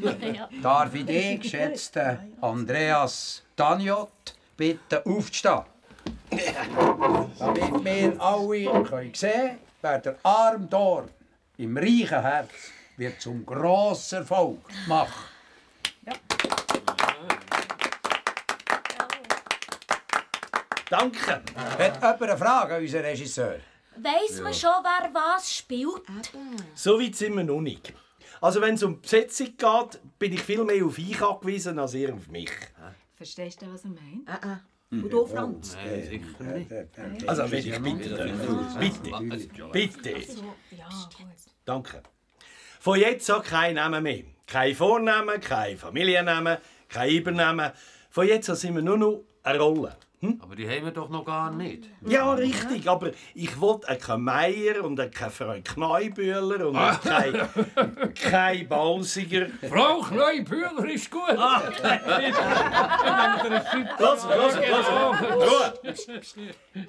Darf ich dich, geschätzter Andreas Daniot, bitte aufstehen? Damit wir alle können sehen wer der arm Dorn im reichen Herz wird zum grossen Erfolg machen. Danke. Hat jemand eine Frage an unseren Regisseur? Weiss man schon, wer was spielt? So weit sind wir noch nicht. Also wenn es um die Besetzung geht, bin ich viel mehr auf euch angewiesen als ihr auf mich. Verstehst du, was er meint? Ah, Und du, Franz? Also wenn ich bitte darf. Bitte, bitte. Danke. Von jetzt an kein Name mehr. Kein Vornamen, kein Familiennamen, kein Übernamen. Von jetzt an sind wir nur noch eine Rolle. Aber die haben wir doch noch gar nicht. Hm? Ja, richtig, aber ich wollte keinen Meier und keinen Frank Kneubühler und auch kein, kein Balsiger. Frau Kneubühler ist gut. Ah, los, los, los. Ruhe.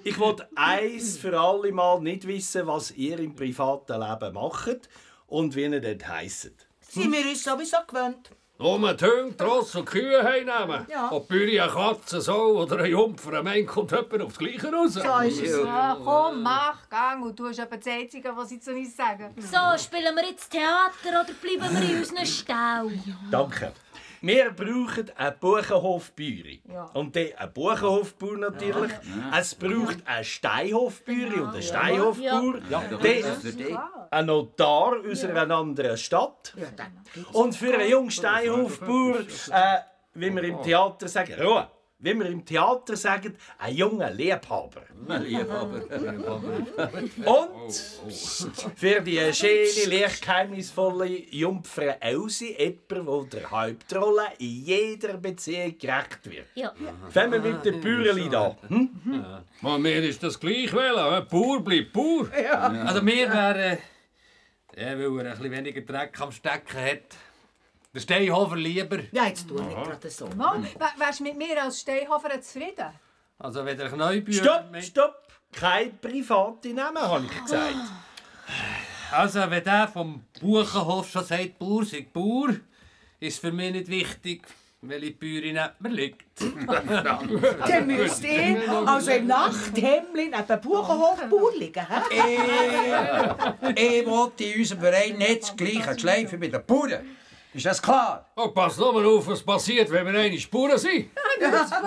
Ich wollte eins für alle Mal nicht wissen, was ihr im privaten Leben macht und wie ihr dort heisst. Sind wir uns sowieso gewöhnt. Om het Hüng, Tross und Kühe heimnehmen. Ja. Ob Büri eine Katze so oder ein Jumpfer, ein Mann kommt jemand aufs Gleiche raus. So ist es. Ja, komm, mach, gang und du hast etwa das Einzige, was sie zu uns sagen. So, spielen wir jetzt Theater oder bleiben wir in unseren Stall? Danke. Wir brauchen einen Buchenhofbüri. Und dann einen Buchenhofbauer natürlich. Es braucht einen Steinhofbüri und einen Steinhofbauer. Dann einen Notar aus einer anderen Stadt. Und für einen jungen Steinhofbauer, äh, wie wir im Theater sagen, Ruhe, wie wir im Theater sagen, einen jungen Liebhaber. Und für die schöne, leicht geheimnisvolle Jungfrau Elsie jemand, der der Hauptrolle in jeder Beziehung gerecht wird. Ja. Fangen wir mit Ah, den Bürgerli an. Hm? Maar mir ist das gleich wollen. Bauer bleibt Bauer. Also mir wäre, ja, weil er ein bisschen weniger Dreck am Stecken hat, der Steinhofer lieber. Ja, jetzt tu nicht gerade so. Mann, wär- wärst du mit mir als Steinhofer zufrieden? Also wenn der Kneubühler... Stopp, stopp! Kein private Namen, habe ich gesagt. Also wenn der vom Buchenhof schon sagt, Bauer sei Bauer, ist für mich nicht wichtig, welche Bäuerin neben mir liegt. Dann müsst ihr also im Nachthemdli neben dem Buchenhofbauer liegen. hä? Ich wollte in unserem Verein nicht das Gleiche schleifen mit den Bauern. Ist das klar? Oh, pas nog maar auf, was passiert, wenn wir eine Spuren sind. Das ist Geschichten.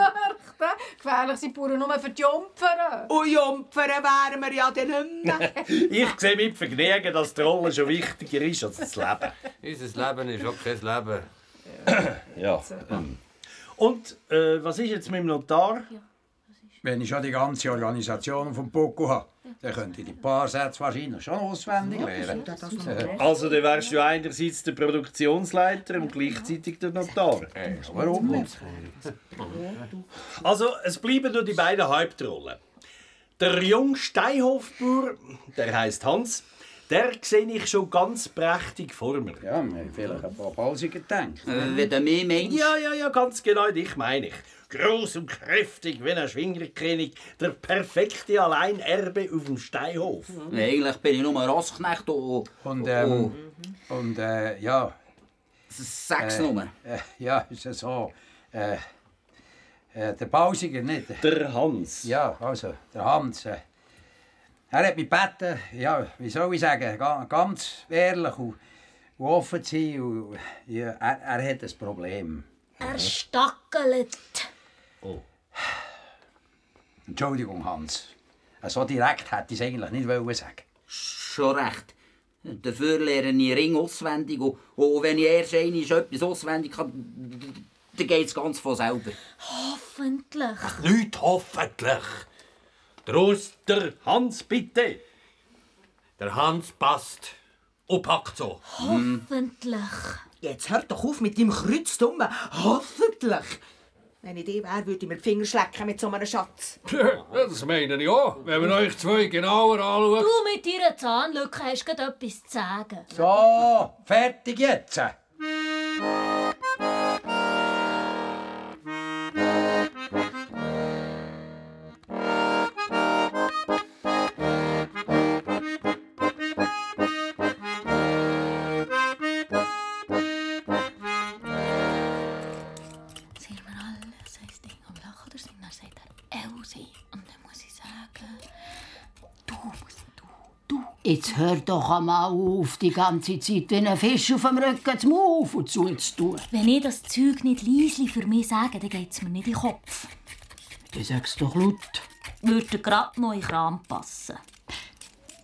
Gefährlich sind Bauern nur für die Jumpfer. Und Jumpfer wären wir ja dann nicht mehr. Ich sehe mit Vergnügen, dass die Rolle schon wichtiger ist als das Leben. Unser Leben ist auch kein Leben. Ja. Und äh, was ist jetzt mit dem Notar? Wenn ich schon die ganze Organisation vom Poco habe, dann könnte ich die paar Sätze wahrscheinlich schon auswendig lernen. Äh, Also, dann wärst du einerseits der Produktionsleiter und gleichzeitig der Notar. Äh, warum nicht? Also, es bleiben nur die beiden Hauptrollen. Der junge Steinhofbauer, der heißt Hans, der sehe ich schon ganz prächtig vor mir. Ja, wir haben vielleicht ein paar Pausen gedacht. ne? Äh, wie der mich meinst? Ja, ja, ja, ganz genau, dich meine ich. Groß und kräftig wie ein Schwingerkönig, der perfekte Alleinerbe auf dem Steinhof. Eigentlich bin ich nur ein Rossknecht und... Und, ähm, und äh, ja... Sechs Nummer. Äh, ja, ist ja so. Äh, äh, der Pausiger nicht. Der Hans. Ja, also, der Hans. Äh, er hat mich gebeten, eh, ja, wie soll ich sagen, ga- ganz ehrlich und, und offen zu sein. Und, ja, er, dus er hat ein Problem. Er stackelt. Entschuldigung, Hans. Äh, So direkt hätte ich es eigentlich nicht wollen sagen. Schon recht. Dafür lerne ich Ring auswendig und, und wenn ich erst einmal etwas auswendig kann, dann geht es ganz von selber. Hoffentlich. Nicht hoffentlich. Trost der Hans, bitte. Der Hans passt und packt so. Hoffentlich. Jetzt hör doch auf mit deinem Kreuzdumme. Hoffentlich. Wenn ich dir wäre, würde ich mir die Finger schlecken mit so einem Schatz. Ja, das meine ich auch. Wenn man euch zwei genauer Du anschaut. mit deiner Zahnlücke hast gerade etwas zu sagen. So, Oh, fertig jetzt. eh. Sehen wir alle sein Ding am Lachen oder sind? Dann sagt er Elsie. Und dann muss ich sagen, Jetzt hör doch einmal auf, die ganze Zeit wie ein Fisch auf dem Rücken zum Auf und zu zu tun. wenn ich das Zeug nicht leise für mich sage, dann geht es mir nicht in den Kopf. Du sagst doch laut. Würde gerade noch in den Kram passen.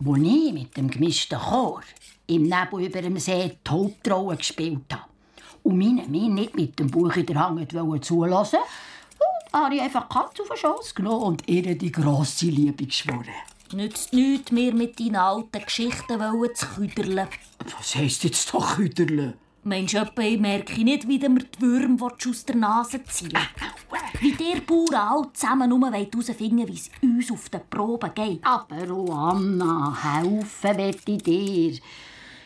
Als ich mit dem gemischten Chor im Nebel über dem See die Hauptrolle gespielt habe und meine mir nicht mit dem Buch in der Hand wollte zulassen, und habe ich einfach die Katze auf den Schoss genommen und ihr die grosse Liebe geschworen. Nützt nichts mehr mit deinen alten Geschichten wollen zu küderlen. Was heisst jetzt doch Hüderle? Meinst du, etwa, ich merke nicht, wie du mir die Würm willst aus der Nase ziehen Wie der Bauern alle zusammen nur herausfinden wollen, wie es uns auf den Proben geht. Aber oh Anna, helfen möchte ich dir.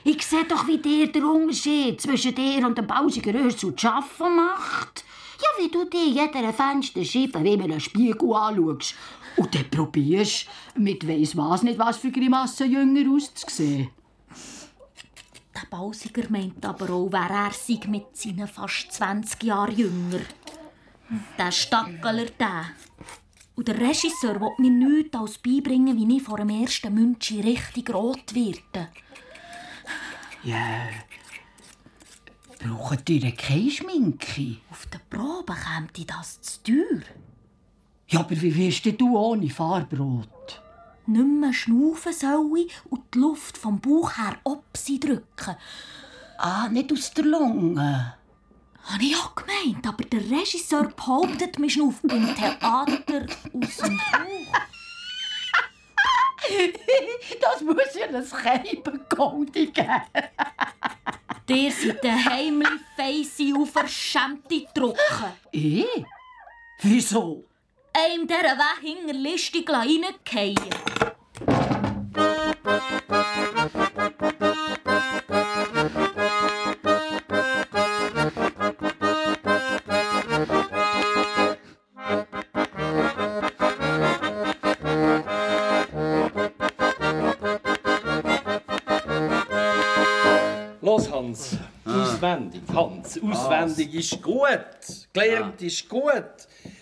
Ich sehe doch, wie dir der Unterschied zwischen dir und dem Pausiger Öl zu schaffen macht. Ja, wie du dir jeder Fensterscheibe wie mit einem Spiegel anschaust. Und dann probierst, mit weiss was nicht was für Grimassen jünger auszusehen. Der Bausiger meint aber auch, wer er sei mit seinen fast 20 Jahren jünger. Der Stackeler, der. Und der Regisseur will mir nichts als beibringen, wie ich vor dem ersten Münchi richtig rot werde. Ja. Brauchen die keine Schminke? Auf der Probe käme dir das zu teuer. Ja, aber wie wirst denn du ohne Fahrbrot? Nicht mehr schnaufen soll ich und die Luft vom Bauch her ob sie drücken. Ah, nicht aus der Lunge. Habe ich auch gemeint, aber der Regisseur behauptet, man schnauft im Theater aus dem Bauch. das muss ja ein Kälbergold geben. Ihr seid eine heimlich feisse, unverschämte Drucke. Ich? Wieso? Einem dieser Weg hinterlistig reingefallen. Los, Hans. Ah. Ah. Auswendig, Hans. Auswendig ist gut. Gelernt ist gut.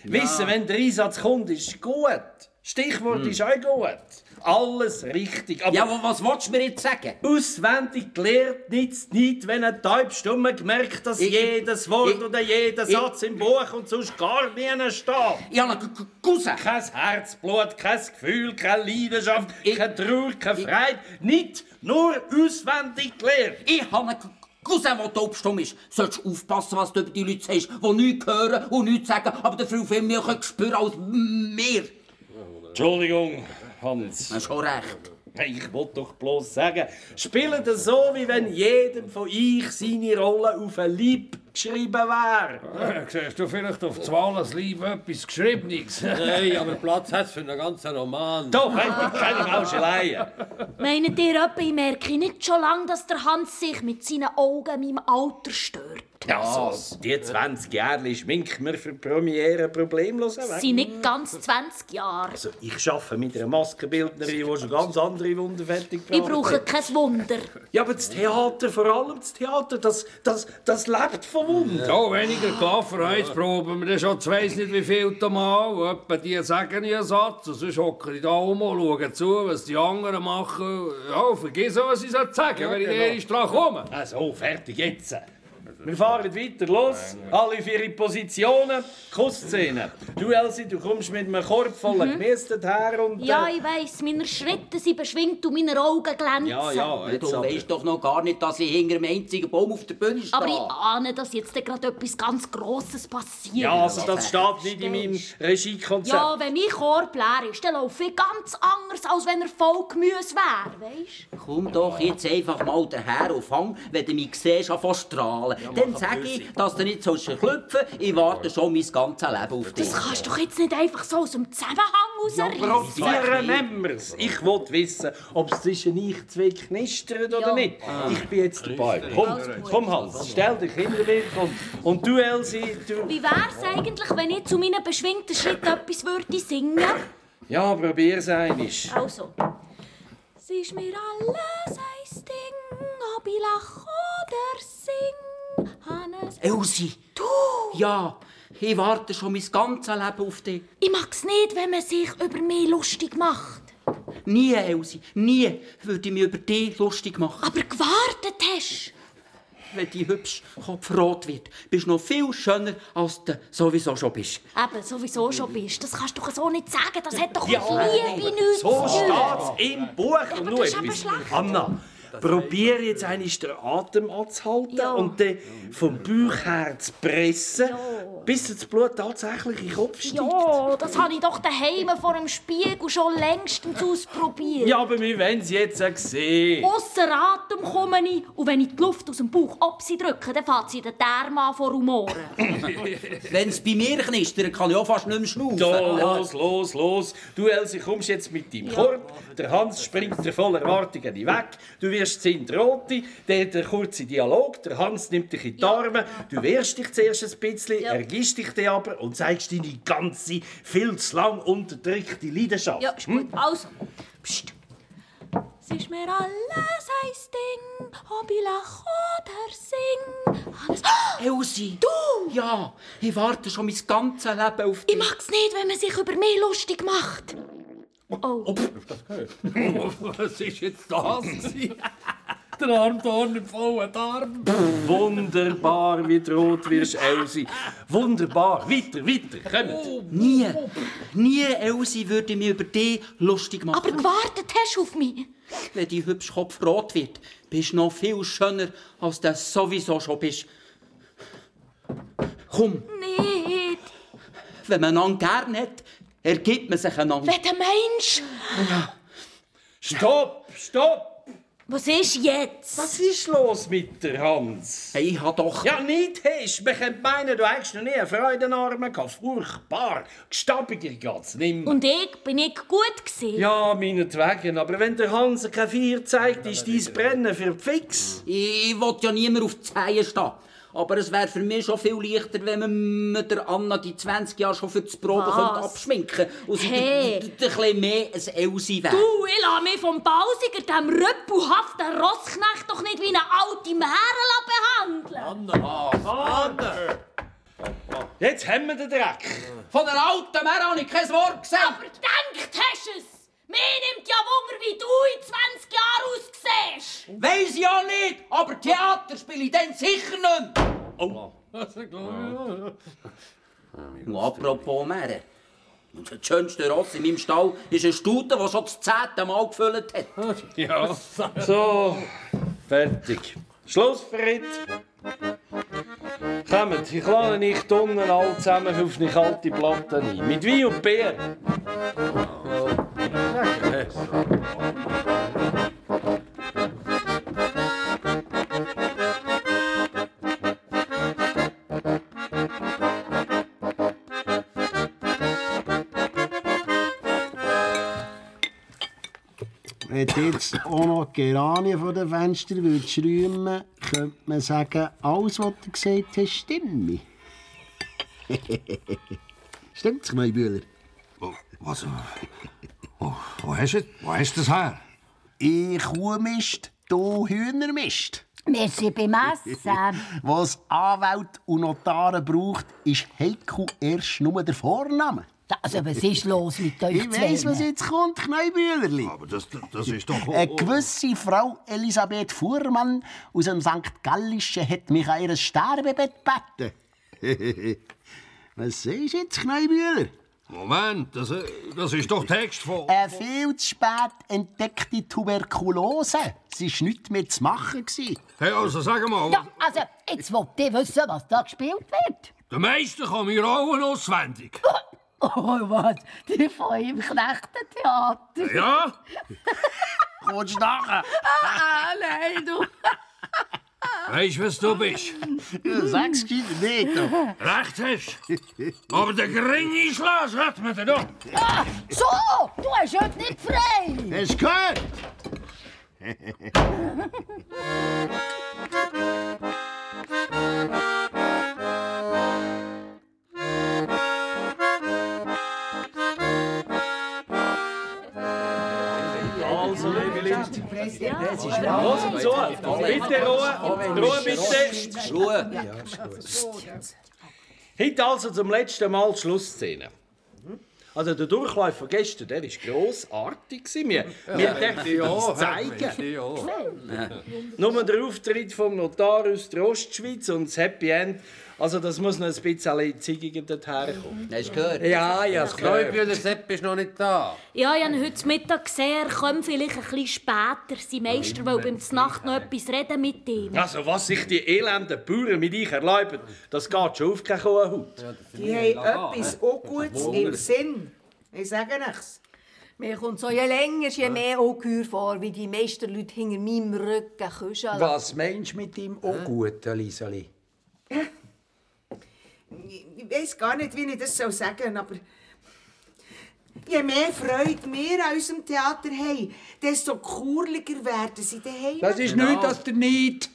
Wissen, wenn der Einsatz kommt, ist gut. Stichwort Hm. ist auch gut. Alles richtig. Aber Ja, wa- was willst du mir jetzt sagen? Auswendig gelernt nichts nicht, wenn eine Taubstumme gemerkt, dass Ich- jedes Wort ich- oder jeder ich- Satz im Buch und sonst gar nie steht. Ich habe einen Cousin. Kein Herzblut, kein Gefühl, keine Leidenschaft, keine Trauer, keine Freude. Nicht nur auswendig gelernt. Ich habe einen Cousin, der taubstumm ist. Sollst du aufpassen, was du über die Leute sagst, die nichts hören und nichts sagen, aber dafür viel mehr können spüren als wir. Entschuldigung, Hans. Hast schon recht. Ich wollte doch bloß sagen, spielen das so, wie wenn jedem von euch seine Rolle auf ein Lieb geschrieben wäre. Siehst du vielleicht auf das Wallensleben etwas Geschriebenes? Nein, aber Platz hat's für einen ganzen Roman. Doch, ich keine Mauscheleien. Meint ihr etwa, ich merke nicht schon lange, dass der Hans sich mit seinen Augen meinem Alter stört? Ja, so, die 20 Jahre schminken wir für die Premiere problemlos Es weg. sind nicht ganz 20 Jahre. Also, ich arbeite mit einer Maskenbildnerin, die schon ganz andere Wunder fertig Ich brauche kein Wunder. Ja, aber das Theater, vor allem das Theater, das, das, das lebt von Wunder. Ja, weniger Klafferheitsproben, wir haben schon zu weiss nicht wie viel Mal. Etwa die sagen ihren Satz, und sonst hocken die da um und schauen zu, was die anderen machen. Ja, vergiss auch, was ich sagen soll, wenn ich genau. erst dran komme. Also, Ah, fertig, jetzt. Wir fahren weiter, los. Alle für ihre Positionen, Kussszene. Du, Elsie, du kommst mit einem Korb voller Gemüse her und... äh, Mhm. Ja, ich weiss, meine Schritte sind beschwingt und meine Augen glänzen. du weißt doch noch gar nicht, dass ich hinter einem einzigen Baum auf der Bühne stehe. Aber ich Ah, ahne, dass jetzt gerade etwas ganz Grosses passiert. ja, also das steht nicht in meinem Regiekonzept. Ja, wenn mein Korb leer ist, dann laufe ich ganz anders, als wenn er voll Gemüse wäre, weisst Komm doch jetzt einfach mal daher und fang, wenn du mich siehst, an fast strahlen. Dann sag ich, dass du nicht sollst klüpfen ich warte schon mein ganzes Leben auf dich. Das kannst du doch jetzt nicht einfach so aus dem Zusammenhang Ja, rausreißen. aber probieren nehmen wir's. Ich will wissen, ob es zwischen euch zwei knistert oder nicht. Ich bin jetzt dabei. Komm, komm Hans, stell dich hinter mich und, und du, Elsie, du... Wie wär's eigentlich, wenn ich zu meinen beschwingten Schritten etwas würde singen? Ja, probier's einisch. Also. Es ist mir alles ein Ding, ob ich lach oder sing. Hannes. Elsie! Du! Ja, ich warte schon mein ganzes Leben auf dich. Ich mag's nicht, wenn man sich über mich lustig macht. Nie, Elsie, nie würde ich mich über dich lustig machen. Aber gewartet hast Wenn dein hübsch Kopf rot wird, bist du noch viel schöner, als du sowieso schon bist. Eben, sowieso schon bist. Das kannst du doch so nicht sagen. Das hat doch Ja, auf Liebe nichts So zu tun. steht's im Buch. Und nur das ist aber etwas. schlecht. Anna, probier jetzt einmal den Atem anzuhalten und dann vom Bauch her zu pressen, bis das Blut tatsächlich in den Kopf steigt. Ja, das habe ich doch daheim vor dem Spiegel schon längstens ausprobiert. Ja, aber wir wollen's jetzt auch sehen. Ausser Atem komme ich und wenn ich die Luft aus dem Bauch ab sie drücke, dann fährt sie den Darm an vor Humoren. Wenn es bei mir knistert, kann ich auch fast nicht mehr schnaufen. So, los, los, los. Du, Elsie, kommst jetzt mit deinem Korb. Der Hans springt dir voller Erwartungen in den weg. Du wirst sind rote, der hat einen kurzen Dialog. Der Hans nimmt dich in die Arme. Du wehrst dich zuerst ein bisschen, ergibst dich dann aber und zeigst deine ganze, viel zu lang unterdrückte Leidenschaft. Hm? Ja, ist gut. Also, pst. Es ist mir alles ein Ding, ob ich lach oder sing. Alles. Elsie! Du! Ja, ich warte schon mein ganzes Leben auf dich. Ich mag's nicht, wenn man sich über mich lustig macht. Oh. Was ist jetzt das? gewesen? Der Armdorn im vollen Darm. Wunderbar, wie du rot wirst, Elsie. Wunderbar. Weiter, weiter. Oh, Kommt. Nie, nie, Elsie, würde ich mich über dich lustig machen. Aber gewartet hast du auf mich. Wenn dein hübsch Kopf rot wird, bist du noch viel schöner, als du sowieso schon bist. Komm, Nicht. wenn man einander gern hat, ergibt man sich einander. Wenn der Mensch. Stopp, stopp. Was ist jetzt? Was ist los mit der Hans? Hey, ich hab doch... Ja, nicht hast. Man könnte meinen, du hättest noch nie einen Freudenarmen gehabt. Furchtbar. Gestabiger geht's nicht mehr. Und ich bin nicht gut gewesen. Ja, meinetwegen. Aber wenn der Hans kein Feuer zeigt, ist dein Brennen für die Fix. Ich will ja niemand auf die Zehen stehen. Aber es wäre für mich schon viel leichter, wenn man mit der Anna die 20 Jahre schon für die Probe Was? könnte abschminken könnte. Und sie Hey. d- d- d- ein bisschen mehr als Elsie wäre. Du, ich lasse mich vom Bausiger, dem rüppelhaften Rossknecht, doch nicht wie eine alte Mähre behandeln. Anna! Anna! Jetzt haben wir den Dreck. Von der alten Mär habe ich kein Wort gesagt. Aber denkt hast du es? Mir nimmt ja Wunder, wie du in 20 Jahren aussiehst. Weiß ich ja nicht, aber Theater spiele ich dann sicher nicht. Oh. Und apropos Mähren. Das schönste Ross in meinem Stall ist ein Stute, der schon das zehnte Mal gefüllt hat. Ja. So, fertig. Schluss für heute. Kommt, ich lade nicht unten alle zusammen auf eine kalte Platte ein. Mit Wein und Bier. Äh. Wenn du jetzt auch noch die Geranien von den Fenstern würdest räumen könnte man sagen, alles, was du gesagt hast, stimme. Stimmt's, mein Bühler? Oh, Was? Wo, wo, hast du, wo hast du das her? Ich Kuhmist, du Hühnermist. Wir sind beim Essen. Was Anwälte und Notare braucht, ist Heiko erst nur der Vorname. Also, was ist los mit euch Ich weiss, Zweien? was jetzt kommt, Kneibühlerli. Aber das, das ist doch... oh. Eine gewisse Frau Elisabeth Fuhrmann aus dem St. Gallischen hat mich an ihr Sterbebett gebeten. Was sagst du jetzt, Kneibühler? Moment, das, äh, das ist doch Text von... Eine viel zu spät entdeckte Tuberkulose. Es war nichts mehr zu machen. Hey, also sag mal, Ja, also, jetzt wollt ihr wissen, was da gespielt wird. der Meister kann mir auch auswendig. Oh, was? Die von im Knechtentheater. Ja? Kommst du nachher? ah, nein, du. Weißt du, was du bist? Sag's gescheit nicht. doch. Recht hast Aber der geringe Einschlag hat mir den doch. Ah, so, du hast heute nicht frei. Hast du gehört? Also, liebe Leute. Das ist Hören zu. Bitte Ruhe. Und Ruhe bitte. Ruhe. Heute also zum letzten Mal die Schlussszene. Also der Durchlauf von gestern, der war grossartig. gewesen. Wir, wir dürfen das zeigen. Nur der Auftritt vom Notar aus der Ostschweiz und das Happy End. Also das muss noch ein bisschen zügiger dorthin Hast du gehört? Ja, ja, Das Kneubühler Sepp ist noch nicht da. Ja, ich habe ihn heute Mittag gesehen. Er kommt vielleicht ein bisschen später. Sein Meister will beim Znacht noch etwas reden mit ihm. Also was sich die elenden Bauern mit euch erlauben, das geht schon auf keine Kuhhaut. Die haben etwas auch Gutes im Sinn. Ich sage nichts. Mir kommt so je länger, je mehr Ungeheuer vor, wie die meisten Leute hinter meinem Rücken küscheln. Was meinst du mit dem auch gut, Liseli? Ich weiß gar nicht, wie ich das sagen soll, aber je mehr Freude wir an unserem Theater haben, desto kurliger werden sie daheim. Das ist nichts als der Neid.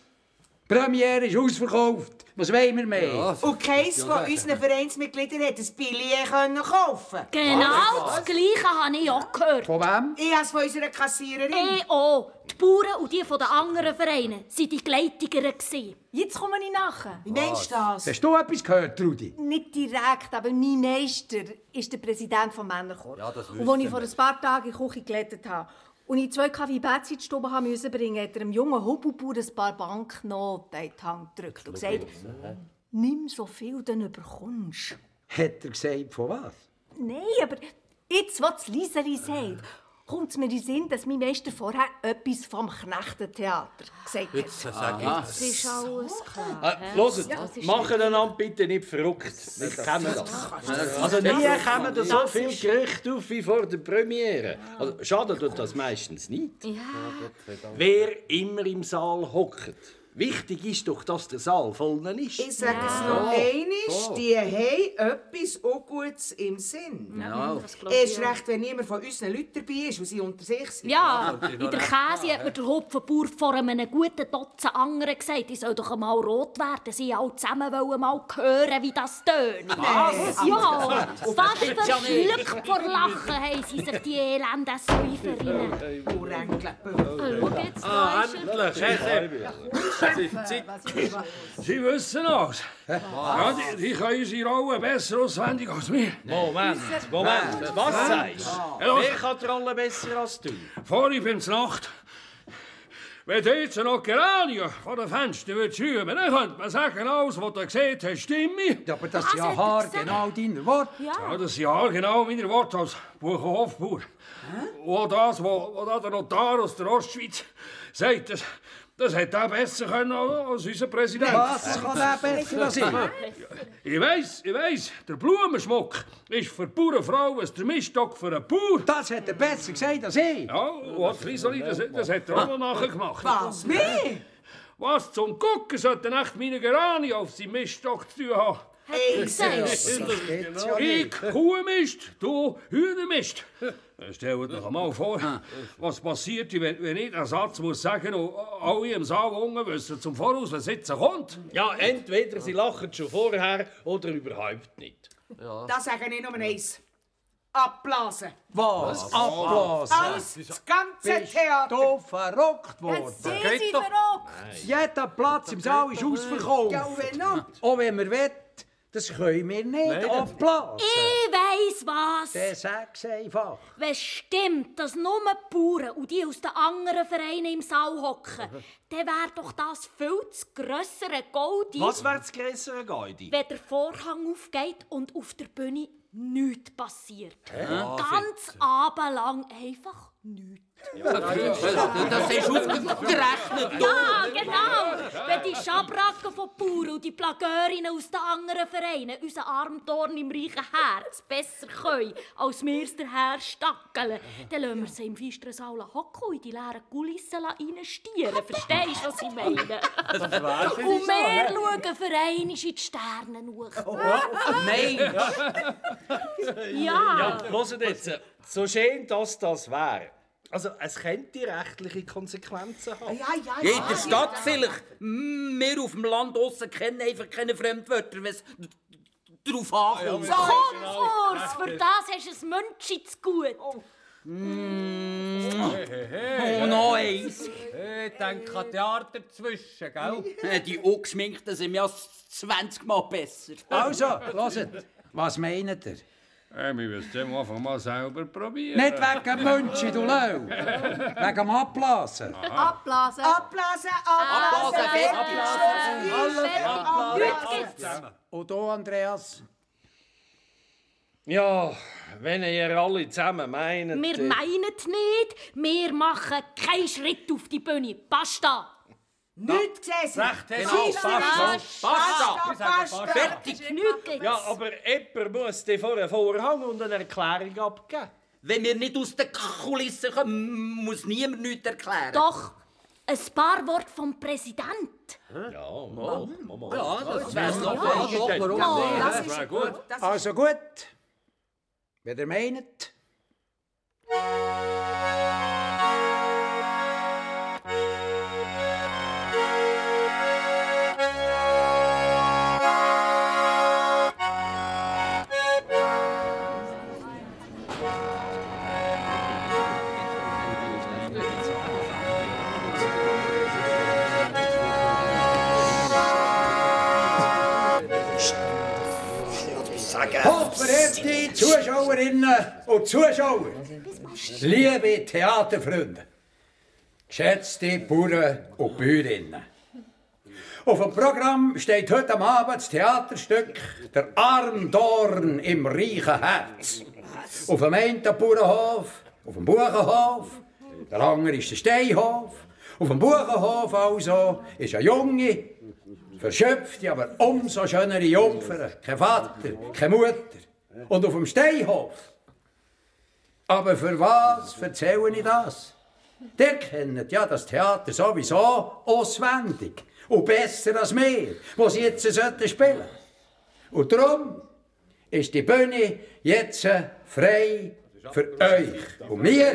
Die Premiere ist ausverkauft. Was wollen wir mehr? Und keines von unseren Vereinsmitgliedern hat ein Billet können kaufen Genau das Gleiche habe ich auch gehört. Von wem? Ich habe es von unserer Kassiererin. Eh auch. Die Bauern und die von den anderen Vereinen waren die Gleitigeren. Jetzt komme ich nachher. Wie meinst du das? Hast du etwas gehört, Trudi? Nicht direkt, aber mein Meister ist der Präsident des Männerchors. Ja, das und als ich wissen vor wir. ein paar Tagen in die Küche geleitet habe und ich zwei Kaffee Bätzchen in die Stube haben müssen bringen, hat er einem jungen Hubelbauer ein paar Banknoten in die Hand gedrückt und gesagt, nimm so viel, dann überkommst Hat er gesagt, von was? Nein, aber jetzt, was Liseli sagt, kommt es mir in den Sinn, dass mein Meister vorher etwas vom Knechtentheater gesagt hat. Jetzt sag ich Aha. das. ist alles klar. Ah, Hört, Ja, das ist macht einander bitte nicht verrückt. Wir kennen das. Also nie kommen da so viele Gerüchte auf wie vor der Premiere. Also, schade tut das meistens nicht. Wer immer im Saal hockt. Wichtig ist doch, dass der Saal voll ist. Ich sage es noch Oh. einmal, die haben etwas auch Gutes im Sinn. Ja, das glaub ich Erst auch. recht, wenn niemand von unseren Leuten dabei ist und sie unter sich sind. Ja, in der Käse hat mir der Hopfenbauer vor einem guten Dutzend anderen gesagt, ich soll doch einmal rot werden. Sie alle zusammen wollen mal hören, wie das tönt. Was? Ja, fast Ah, Das ist ja nicht. verschluckt vor Lachen haben sie sich die elenden Säuferinnen. Schau jetzt, Ah, endlich, Herr Sepp. Sie, Sie, Sie wissen alles. Ja, die, die können unsere Rolle besser auswendig als wir. Moment, Moment, was sagst du? Los. Wer kann die Rolle besser als du? Vorhin bin's Nacht. Wenn du jetzt noch Geranium vor dem Fenster würdest schüben, dann könnte man sagen, alles, was du gesehen hast, stimme. aber das ist ja haargenau dein Wort. Ja, das ist ja genau meine Worte als Buchenhofbauer. Und auch das, was was auch der Notar aus der Ostschweiz sagt, das, das hätte er besser können nou, als unser Präsident. Was kann der besser sein? Ich weiss, ich weiss, der Blumenschmuck ist für die Bauernfrau was der Miststock für einen Bauer. Das hat er besser gesagt als ich. Ja, und Frisoli, das, das hat er auch noch nachgemacht. Was? Wie? Was zum Gucken sollte echt meine Gerani auf seinem Miststock zu tun haben? Hey, ich sag's. Das Das geht's geht's ja ja Ich nicht. Kuhmist, du Hühnermist. Stell dir noch einmal vor, was passiert, wenn, wenn ich einen Satz muss sagen und alle im Saal unten wissen zum Voraus, was jetzt kommt? Ja, entweder sie lachen schon vorher oder überhaupt nicht. Ja. Da sage ich nur eins. Abblasen. Was? Abblasen? Alles, das ganze Bist Theater. du verrockt worden? Jetzt sind Geht sie doch. verrockt. Nein. Jeder Platz im Saal ist ausverkauft. Ja, und wenn noch? Auch wenn wir wett, das können wir Nein, nicht das- abblasen. Ich weiss was. Der sag's einfach. Wenn es stimmt, dass nur die Bauern und die aus den anderen Vereinen im Saal hocken, dann wäre doch das viel zu grössere Goldi, Was wäre das größere Geudi? wenn der Vorhang aufgeht und auf der Bühne nichts passiert. Hä? Ah, Ganz abendlang einfach nichts. Ja, das- das- das ist ausgerechnet Ja, doof. genau. Wenn die Schabracken von Bauern und die Plageurinnen aus den anderen Vereinen unseren armen Dorn im reichen Herz besser können, als wir es daher stackeln, dann lassen wir sie im feisteren Saal hocken und in die leeren Kulissen reinstieren. Verstehst du, was ich meine? wär für Und dich so, hä? wir schauen für einmal in die Sterne hoch. Oh. Ja. Ja, hört jetzt, so schön dass das wäre. Also, es könnte rechtliche Konsequenzen haben. Ja, ja, ja. Ja, in der Stadt vielleicht. Hm, Wir auf dem Land draussen kennen einfach keine Fremdwörter, wenn es d- d- drauf ankommt. Komm, genau. Urs, für das hast du ein Mönchi zu gut. Oh, noch eins. Ich denke an Theater dazwischen, gell? Äh, Die Ungeschminkten sind ja 20 Mal besser. Also, hört, was meint ihr? Hey, wir müssen dem einfach mal selber probieren. Nicht wegen München, du Löw. Wegen dem Abblasen. Abblasen. Abblasen, abblasen. Abblasen, Abblasen. Alles Abblasen. Und du, Andreas? Ja, wenn ihr alle zusammen meint. Wir äh, meinen nicht, wir machen keinen Schritt auf die Bühne. Basta! Nicht gesessen! Recht, genau, Basta. Basta. Basta. Fertig. Genügt! Ja, aber jemand muss dir vor einen Vorhang und eine Erklärung abgeben. Wenn wir nicht aus den Kulissen kommen, muss niemand nichts erklären. Doch, ein paar Worte vom Präsident. Ja, mach, mach. Mm. Ja, das wär's doch warum Ja, nicht? das ist- wär gut. das ist- Also gut. Wenn ihr meint. Hochverehrte Zuschauerinnen und Zuschauer, liebe Theaterfreunde, geschätzte Bauern und Bäuerinnen. Auf dem Programm steht heute am Abend das Theaterstück «Der Armdorn im reichen Herz». Auf dem einen Bauernhof, auf dem Buchenhof, der andere ist der Steinhof. Auf dem Buchenhof also ist eine junge, Verschöpfte, aber umso schönere Jungfer. Kein Vater, keine Mutter. Und auf dem Steinhof. Aber für was erzähle ich das? Der kennt ja das Theater sowieso auswendig. Und besser als wir, wo sie jetzt sollten spielen Und darum ist die Bühne jetzt frei für euch. Und wir,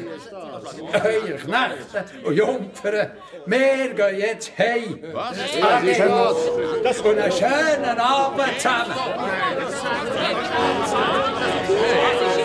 eure Knechte und Jungfern, wir gehen jetzt heim. Was? Was ist denn los? Das und einen schönen Abend zusammen. Hey.